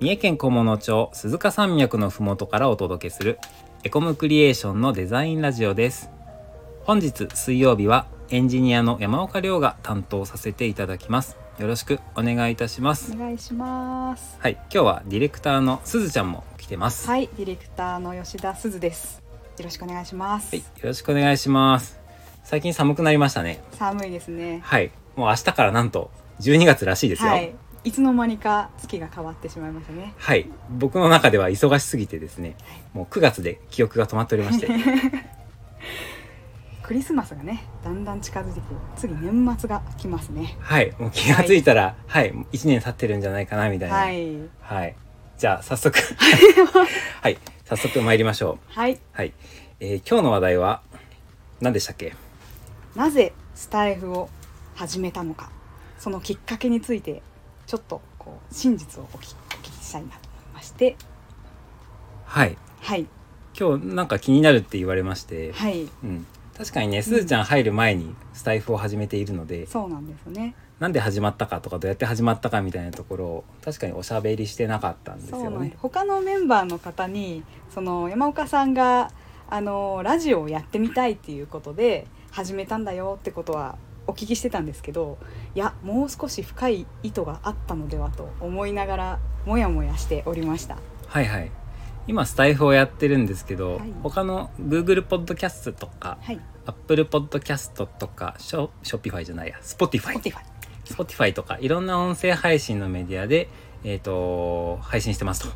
三重県菰野町鈴鹿山脈のふもとからお届けするエコムクリエーションのデザインラジオです本日水曜日はエンジニアの山岡亮が担当させていただきますよろしくお願いいたしますお願いします。はい今日はディレクターのすずちゃんも来てますはい、ディレクターの吉田すずです。よろしくお願いします。はい、よろしくお願いします最近寒くなりましたね寒いですね。はいもう明日からなんと12月らしいですよははいい、、いつの間にか月が変わってしまいましたね。僕の中では忙しすぎてですねもう9月で記憶が止まっておりましてクリスマスがね、だんだん近づいてくる。次年末が来ますね。はいもう気がついたらはい、1年経ってるんじゃないかなみたいなははい、い、じゃあ早速はい早速参りましょうはい、はい、えー今日の話題は何でしたっけなぜスタイフを始めたのか、そのきっかけについてちょっとこう真実をお聞きお聞きしたいなと思いまして、はいはい、今日なんか気になるって言われまして、はい、うん、確かにねすずちゃん入る前にスタイフを始めているので、そうなんですよね。なんで始まったかとかどうやって始まったかみたいなところを確かにおしゃべりしてなかったんですそうよなんですね。他のメンバーの方にその山岡さんがあのラジオをやってみたいっていうことで始めたんだよってことはお聞きしてたんですけどいやもう少し深い意図があったのではと思いながらモヤモヤしておりましたはいはい今スタイフをやってるんですけど、はい他の Google ポッドキャストとかはい Apple ポッドキャストとかショショッピファイじゃないや Spotify Spotify Spotify とかいろんな音声配信のメディアで、えー、と配信してますと、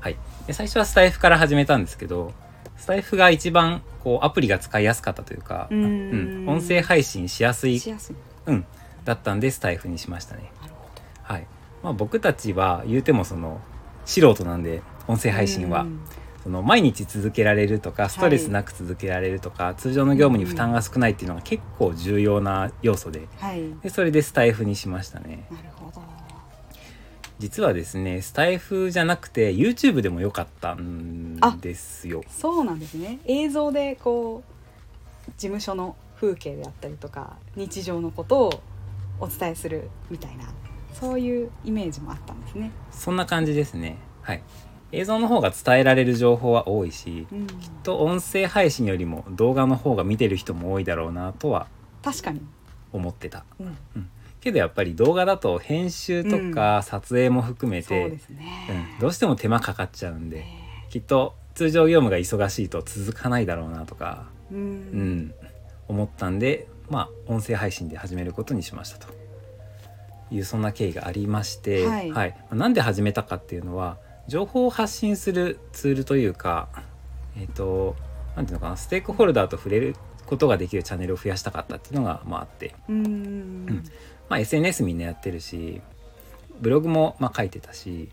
はい、で最初はスタイフから始めたんですけどスタイフが一番こうアプリが使いやすかったというかうーん音声配信しやすいしやすいうん、だったんでスタイフにしましたね。なるほどはいまあ、僕たちは言うてもその素人なんで音声配信はうんその毎日続けられるとかいストレスなく続けられるとか、通常の業務に負担が少ないっていうのが結構重要な要素ではいなるでそれでスタイフにしましたねほど実はですねスタイフじゃなくて YouTube でもよかったんあですよそうなんですね映像でこう事務所の風景であったりとか日常のことをお伝えするみたいなそういうイメージもあったんですね。そんな感じですねはい映像の方が伝えられる情報は多いしうん、と音声配信よりも動画の方が見てる人も多いだろうなとは確かに、思ってたうん、けどやっぱり動画だと編集とか撮影も含めそうて、ですねうん、。どうしても手間かかっちゃうんでねきっと通常業務が忙しいと続かないだろうなとか、う、うんん、思ったんでまあ音声配信で始めることにしましたというそんな経緯がありまして、はいなんで始めたかっていうのは情報を発信するツールというかえっ、となんていうのかなステークホルダーと触れることができるチャンネルを増やしたかったっていうのが、まあ、あって。うん、なるまあ、SNS みんなやってるしブログもまあ書いてたし、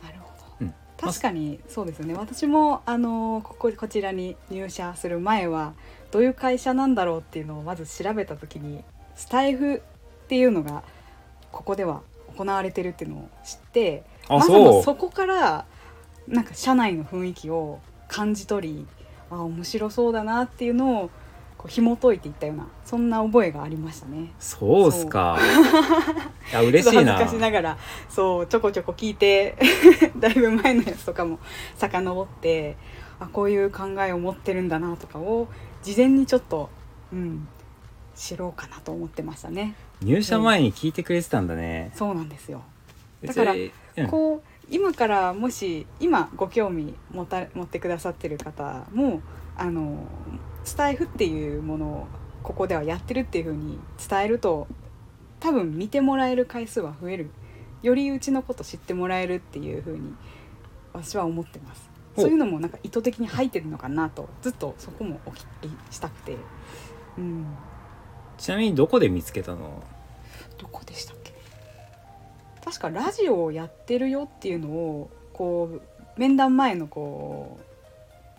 ほど。うん、確かにそうですよね私もあのこここちらに入社する前はどういう会社なんだろうっていうのをまず調べた時にスタイフっていうのがここでは行われてるっていうのを知ってあまさかそうそこからなんか社内の雰囲気を感じ取りあ面白そうだなっていうのをこう紐解いていったようなそんな覚えがありましたね。そうっすかいや嬉しちょいっなと恥ずかしながらそうちょこちょこ聞いて だいぶ前のやつとかも遡ってあこういう考えを持ってるんだなとかを事前にちょっと、うん、知ろうかなと思ってましたね。入社前に聞いてくれてたんだね、そうなんですよ別だからにうんこう今からもし今ご興味持た持ってくださってる方もあのスタイフっていうものをここではやってるっていうふうに伝えると多分見てもらえる回数は増えるよりうちのこと知ってもらえるっていうふうに私は思ってますほうそういうのもなんか意図的に入ってるのかなとずっとそこもお聞きしたくてうんちなみにどこで見つけたのどこでしたっけ確かラジオをやってるよっていうのをこう面談前のこ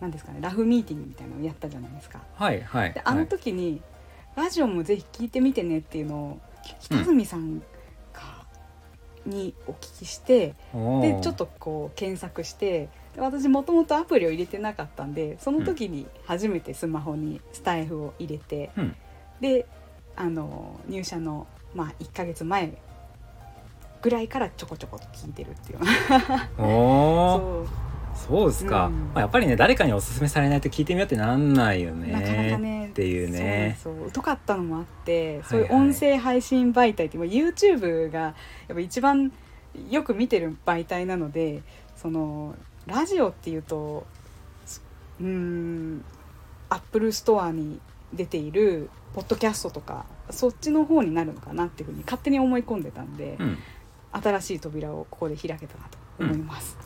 うなんですかねラフミーティングみたいなのをやったじゃないですかはいはいであのはい時に、ラジオもぜひ聞いてみてねっていうのを北住さんか、にお聞きしておーでちょっとこう検索してで私もともとアプリを入れてなかったんでその時に初めてスマホにスタイフを入れて、うんであの入社の、まあ、1ヶ月前ぐらいからちょこちょこと聞いてるっていうおおそうそうですか、うんまあ、やっぱりね誰かにおすすめされないと聞いてみようってなんないよねなかなかねっていうねそうそう疎かったのもあって、いそういう音声配信媒体って今 YouTube がやっぱ一番よく見てる媒体なのでそのラジオっていうとうーんアップルストアに出ているポッドキャストとかそっちの方になるのかなっていうふうに勝手に思い込んでたんで、うん新しい扉をここで開けたなと思います。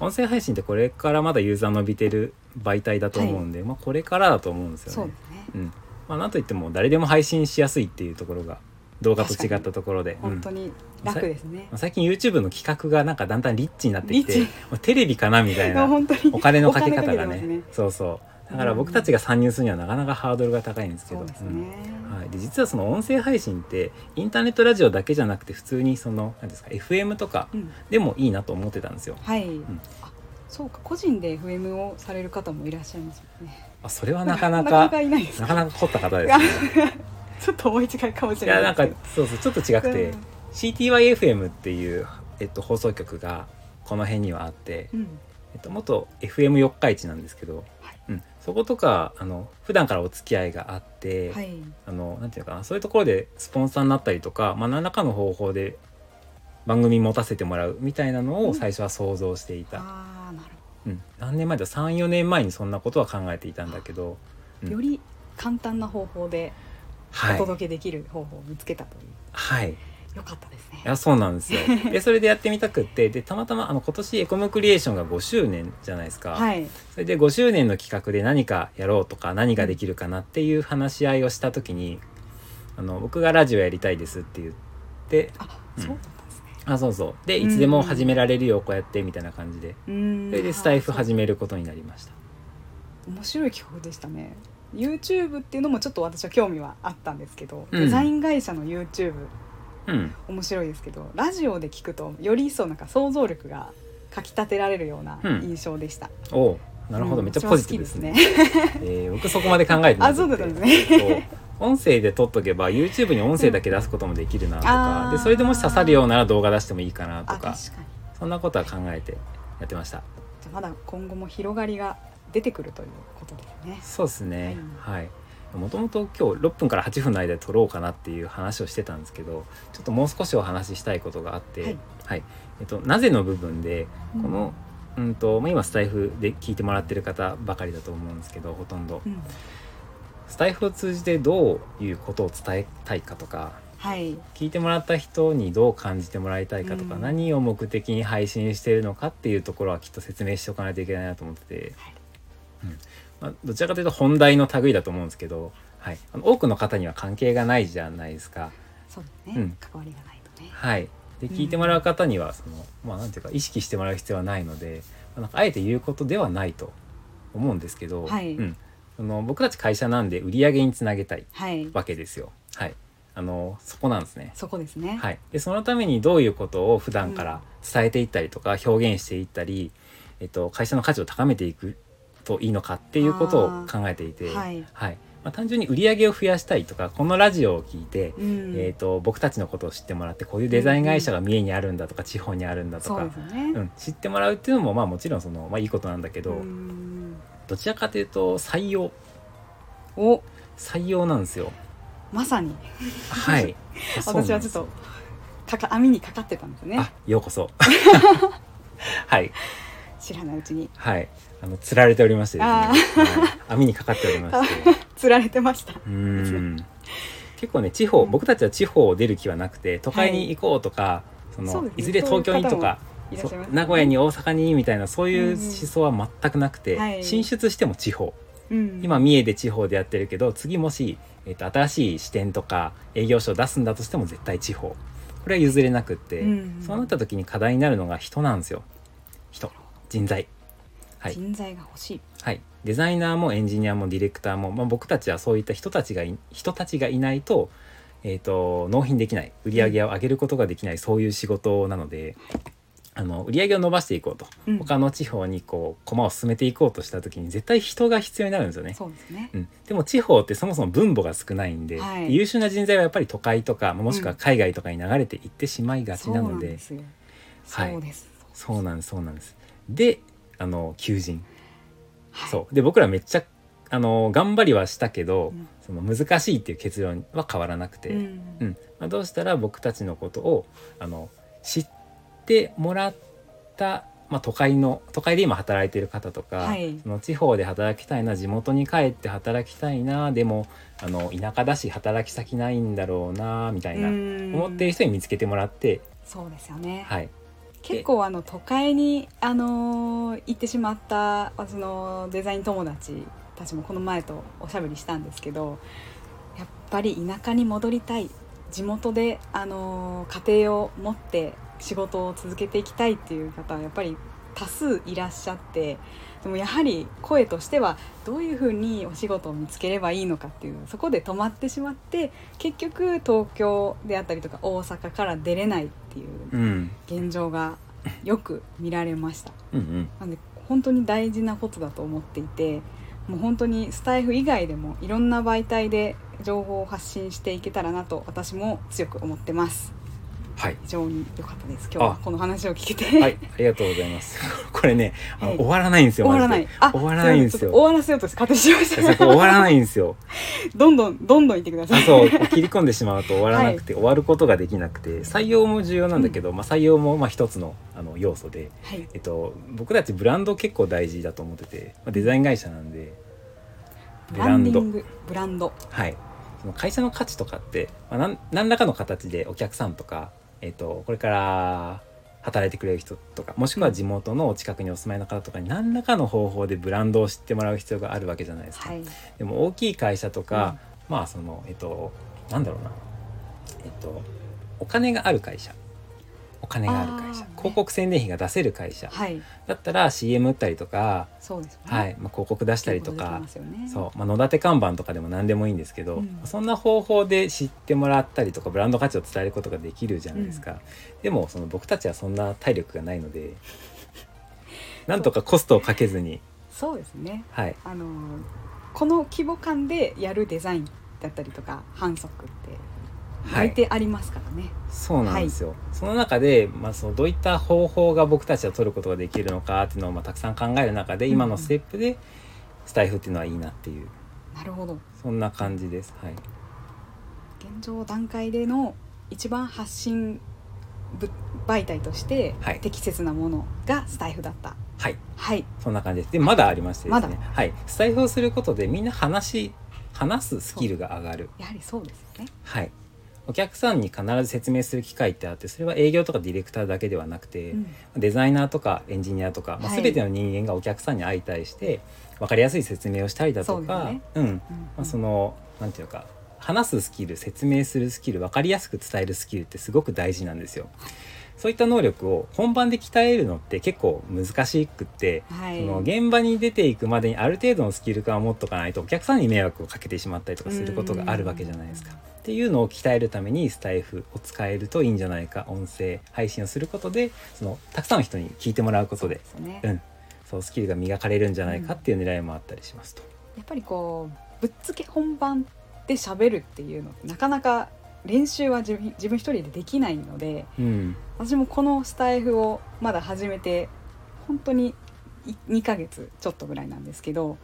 音声配信ってこれからまだユーザー伸びてる媒体だと思うんで、まあ、これからだと思うんですよねそうですねうんまあ、なんといっても誰でも配信しやすいっていうところが動画と違ったところで、うん本当に楽ですね。まあ最近 YouTube の企画がなんかだんだんリッチになってきてリッもチうテレビかなみたい な本当にお金のかけ方がお金ねてますそうそうだから僕たちが参入するにはなかなかハードルが高いんですけどそうですうんね。はい、で実はその音声配信ってインターネットラジオだけじゃなくて普通にその何ですか FM とかうんでもいいなと思ってたんですよ。はい、んあそうか個人で FM をされる方もいらっしゃいますもんねあそれはなかなかなかなかいないですなかなか凝った方 ですね。ちょっと思い違いかもいしれなやいなんでかすけどそうそうちょっと違くて、うん CTYFM っていう、えっと、放送局がこの辺にはあって、うんえっと、元 FM 四日市なんですけど、はいうん、そことかあの普段からお付き合いがあって、はいあのなんていうのかなそういうところでスポンサーになったりとか、まあ、何らかの方法で番組持たせてもらうみたいなのうをん最初は想像していた、ああなるほうん何年前だ34年前にそんなことは考えていたんだけど、うんどより簡単な方法ではおい、届けできる方法を見つけたという、はい、よかったですねいやそうなん ですよでそれでやってみたくってでたまたまあの今年エコムクリエーションが5周年じゃないですか、はいそれで5周年の企画で何かやろうとか何ができるかなっていう話し合いをした時にあの僕がラジオやりたいですって言ってあ、うんそうだったんですねあそうそうでういんつでも始められるよこうやってみたいな感じでうーんそれでスタイフ始めめることになりました面白い企画でしたね YouTube っていうのもちょっと私は興味はあったんですけど、うんデザイン会社の YouTube うん面白いですけどラジオで聞くとより一層なんか想像力がかき立てられるようなうん印象でした、おうなるほど、うんめっちゃポジティブですね一番好き えー僕そこまで考えてなあくてそうだったんですねそう音声で撮っとけば YouTube に音声だけ出すこともできるなとうんか、あーでそれでもし刺さるようなら動画出してもいいかなとあ確かかにじそんなことは考えてやってましたゃあまだ今後も広がりが出てくるということですねそうですねはいもともと今日6分から8分の間で撮ろうかなっていう話をしてたんですけどちょっともう少しお話ししたいことがあって、ははいいえっと、なぜの部分でこうんの、うんとまあ今スタイフで聞いてもらってる方ばかりだと思うんですけどほとんどうんスタイフを通じてどういうことを伝えたいかとかはい聞いてもらった人にどう感じてもらいたいかとか、うん何を目的に配信しているのかっていうところはきっと説明しておかないといけないなと思ってて、はいうんまあ、どちらかというと本題の類だと思うんですけど、はい、あの多くの方には関係がないじゃないですか。そうだね、うん関わりがないとねはい、でうん聞いてもらう方にはその、まあ、なんていうか意識してもらう必要はないので、まあなんかあえて言うことではないと思うんですけど、はいうん、その僕たち会社なんで売り上げにつなげたいはいわけですよ。はい、あのそこなんですね。そこですね、はい、でそのためにどういうことを普段から伝えていったりとか表現していったり、えっと、会社の価値を高めていくといいのかっていうことを考えていて、あーはいまあ、単純に売り上げを増やしたいとかこのラジオを聞いて、うんえっと僕たちのことを知ってもらってこういうデザイン会社が三重にあるんだとか地方にあるんだとそうかで。すね、うん、知ってもらうっていうのもまあもちろんその、まあ、いいことなんだけど、うんどちらかというと採用お採用なんですよ。まさにはい 私はちょっとかか網にかかってたんですねあようこ そはい知らないうちにはい、あの釣られておりましてですね、あはい網にかかっておりまして、 釣られてましうたーん、結構ね地方、僕たちは地方を出る気はなくて、都会に行こうとか、そそうのですねいずれ東京にとか、いらっしゃいますそう名古屋に大阪にみたいなそういうう思ん想は全くなくて、はい進出しても地方、うん今三重で地方でやってるけど、次もしえっと新しい支店とか営業所を出すんだとしても絶対地方、これは譲れなくって、うんそうなった時に課題になるのが人なんですよ、人、人材。はい人材が欲しいはい、デザイナーもエンジニアもディレクターも、まあ、僕たちはそういった人たちがい人たちがいないと,、えー、と納品できない売り上げを上げることができないそういう仕事なので、あの売り上げを伸ばしていこうと、うん他の地方にこう駒を進めていこうとした時に絶対人が必要になるんですよね。そうですねう。ん、でも地方ってそもそも分母が少ないんで、はい優秀な人材はやっぱり都会とかもしくは海外とかに流れていってしまいがちなので、そうなんですよ。はいそうです。そうなんですそうなんです。であの求人、はいそうで僕らめっちゃあの頑張りはしたけど、うんその難しいっていう結論は変わらなくて、ううんんまあ、どうしたら僕たちのことをあの知ってもらった、まあ、都会の都会で今働いている方とか、はいその地方で働きたいな地元に帰って働きたいなでもあの田舎だし働き先ないんだろうなみたいな、うん思っている人に見つけてもらって、そうですよね。はい、結構あの都会にあのー行ってしまった私のデザイン友達たちもこの前とおしゃべりしたんですけど、やっぱり田舎に戻りたい。地元であのー家庭を持って仕事を続けていきたいっていう方はやっぱり多数いらっしゃってでもやはり声としてはどういうふうにお仕事を見つければいいのかっていうそこで止まってしまって結局東京であったりとか大阪から出れないっていううん現状がよく見られましたうんうんなので本当に大事なことだと思っていてもう本当にスタイフ以外でもいろんな媒体で情報を発信していけたらなと私も強く思ってますはい非常に良かったです今日はあこの話を聞けて、 はい、ありがとうございます。 これね、あのはい終わらないんです終よ。わらなマジいであ終わらないんですちょよっと。終わらせようとして勝手にしましそこた終わらないん ですよ。どんどんどんどん言ってくださいそう切り込んでしまうと終わらなくて、終わることができなくて採用も重要なんだけど、まあ、採用もまあ一つのあの要素で、はいえっと、僕たちブランド結構大事だと思ってて、まあ、デザイン会社なんでブランディングブランドはい、その会社の価値とかって、まあ、なん何らかの形でお客さんとか、えっと、これから働いてくれる人とかもしくは地元のお近くにお住まいの方とかに何らかの方法でブランドを知ってもらう必要があるわけじゃないですか。はいでも大きい会社とか、まあそのえっとなんだろうなえっとお金がある会社お金がある会社あーね広告宣伝費が出せる会社はいだったら CM 打ったりとか、そうですよねはいまあ、広告出したりと結構出てかま。すよねそうまあ、野立て看板とかでも何でもいいんですけど、うんそんな方法で知ってもらったりとかブランド価値を伝えることができるじゃないですか、でもその僕たちはそんな体力がないのでなんとかコストをかけずに、そうですねはい、あのこの規模感でやるデザインだったりとか反則っては大い、抵ありますからね。そうなんですよ、その中で、まあ、そのどういった方法が僕たちは取ることができるのかっていうのを、まあ、たくさん考える中でうん今のステップでスタイフっていうのはいいなっていうなるほどそんな感じです。はい、現状段階での一番発信ぶ媒体としてはい適切なものがスタイフだった。はい、はい、そんな感じですでまだありましてですね、まだはい、スタイフをすることでみんな話し話すスキルが上がる、やはりそうですよね。はい、お客さんに必ず説明する機会ってあってそれは営業とかディレクターだけではなくて、うんデザイナーとかエンジニアとか、まあ、はい全ての人間がお客さんに相対して分かりやすい説明をしたりだとそうですかねうんうんうんまあ、そのなんていうか話すスキル説明するスキル分かりやすく伝えるスキルってすごく大事なんですよ。そういった能力を本番で鍛えるのって結構難しくって、はいその現場に出ていくまでにある程度のスキル感を持っとかないとお客さんに迷惑をかけてしまったりとかすることがあるわけじゃないですかうん。っていうのを鍛えるためにスタイフを使えるといいんじゃないか音声配信をすることでそのたくさんの人に聞いてもらうことでそうですねう。ん、そうスキルが磨かれるんじゃないかっていう狙いもあったりしますと。やっぱりこうぶっつけ本番で喋るっていうのってなかなか練習は自分自分一人でできないので。うん私もこのスタイフをまだ始めて本当にい2ヶ月ちょっとぐらいなんですけど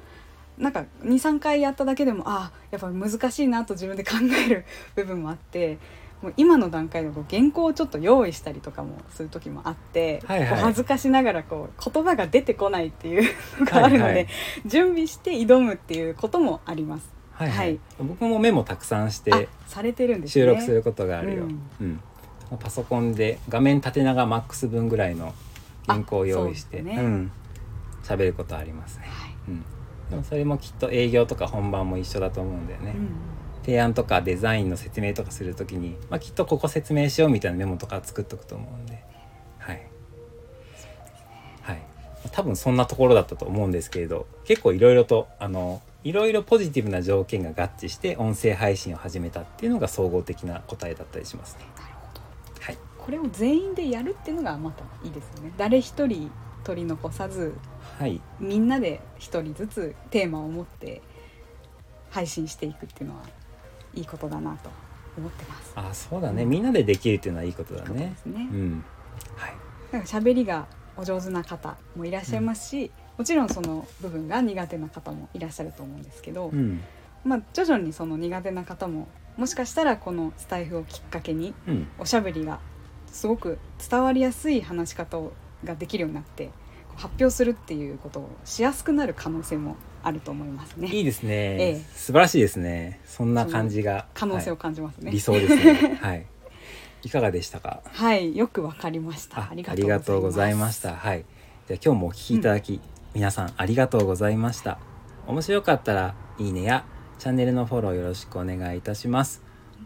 なんか23回やっただけでもあーやっぱ難しいなと自分で考える部分もあってもう今の段階でこう原稿をちょっと用意したりとかもする時もあって、はいはいこう恥ずかしながらこう言葉が出てこないっていうはいのがあるので、はい準備して挑むっていうこともあります。はい、ははいい、僕もメモたくさんしあてされてるんですね収録することがあるよ、ううんんパソコンで画面縦長マックス分ぐらいの原稿を用意してあう,、そうですねん喋ることありますね、はいうん、でもそれもきっと営業とか本番も一緒だと思うんだよね、うん提案とかデザインの説明とかするときに、まあ、きっとここ説明しようみたいなメモとか作っとくと思うんではい、はい、多分そんなところだったと思うんですけれど結構いろいろとあのいろいろポジティブな条件が合致して音声配信を始めたっていうのが総合的な答えだったりしますね。なるほどはい、ここれを全員でやるっていうのがまたいいですよね誰一人取り残さずはいみんなで一人ずつテーマを持って配信していくっていうのはいいことだなと思ってます。あそうだねみんなでできるっていうのはいいことだことねですねうんはいなんか喋りがお上手な方もいらっしゃいますし、もちろんその部分が苦手な方もいらっしゃると思うんですけど、うんまあ、徐々にその苦手な方ももしかしたらこのスタイフをきっかけにうんおしゃべりがすごく伝わりやすい話し方をができるようになって発表するっていうことをしやすくなる可能性もあると思いますいね。いですね、ええ素晴らしいですねそんな感じが可能性をは感じますいね。理想です ねはいいかがでしたかはい、よくわかりました。ありありががととううごござざいいままししたた。はいじゃあ今日もお聞きいただき、皆さんありがとうございました面白かったらいいねやチャンネルのフォローよろしくお願いいたします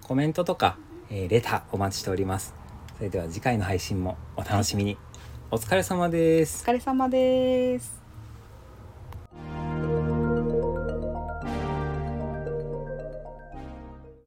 コメントとか、えーレターお待ちしておりますそれでは次回の配信もお楽しみに、お疲れ様ですお疲れ様です。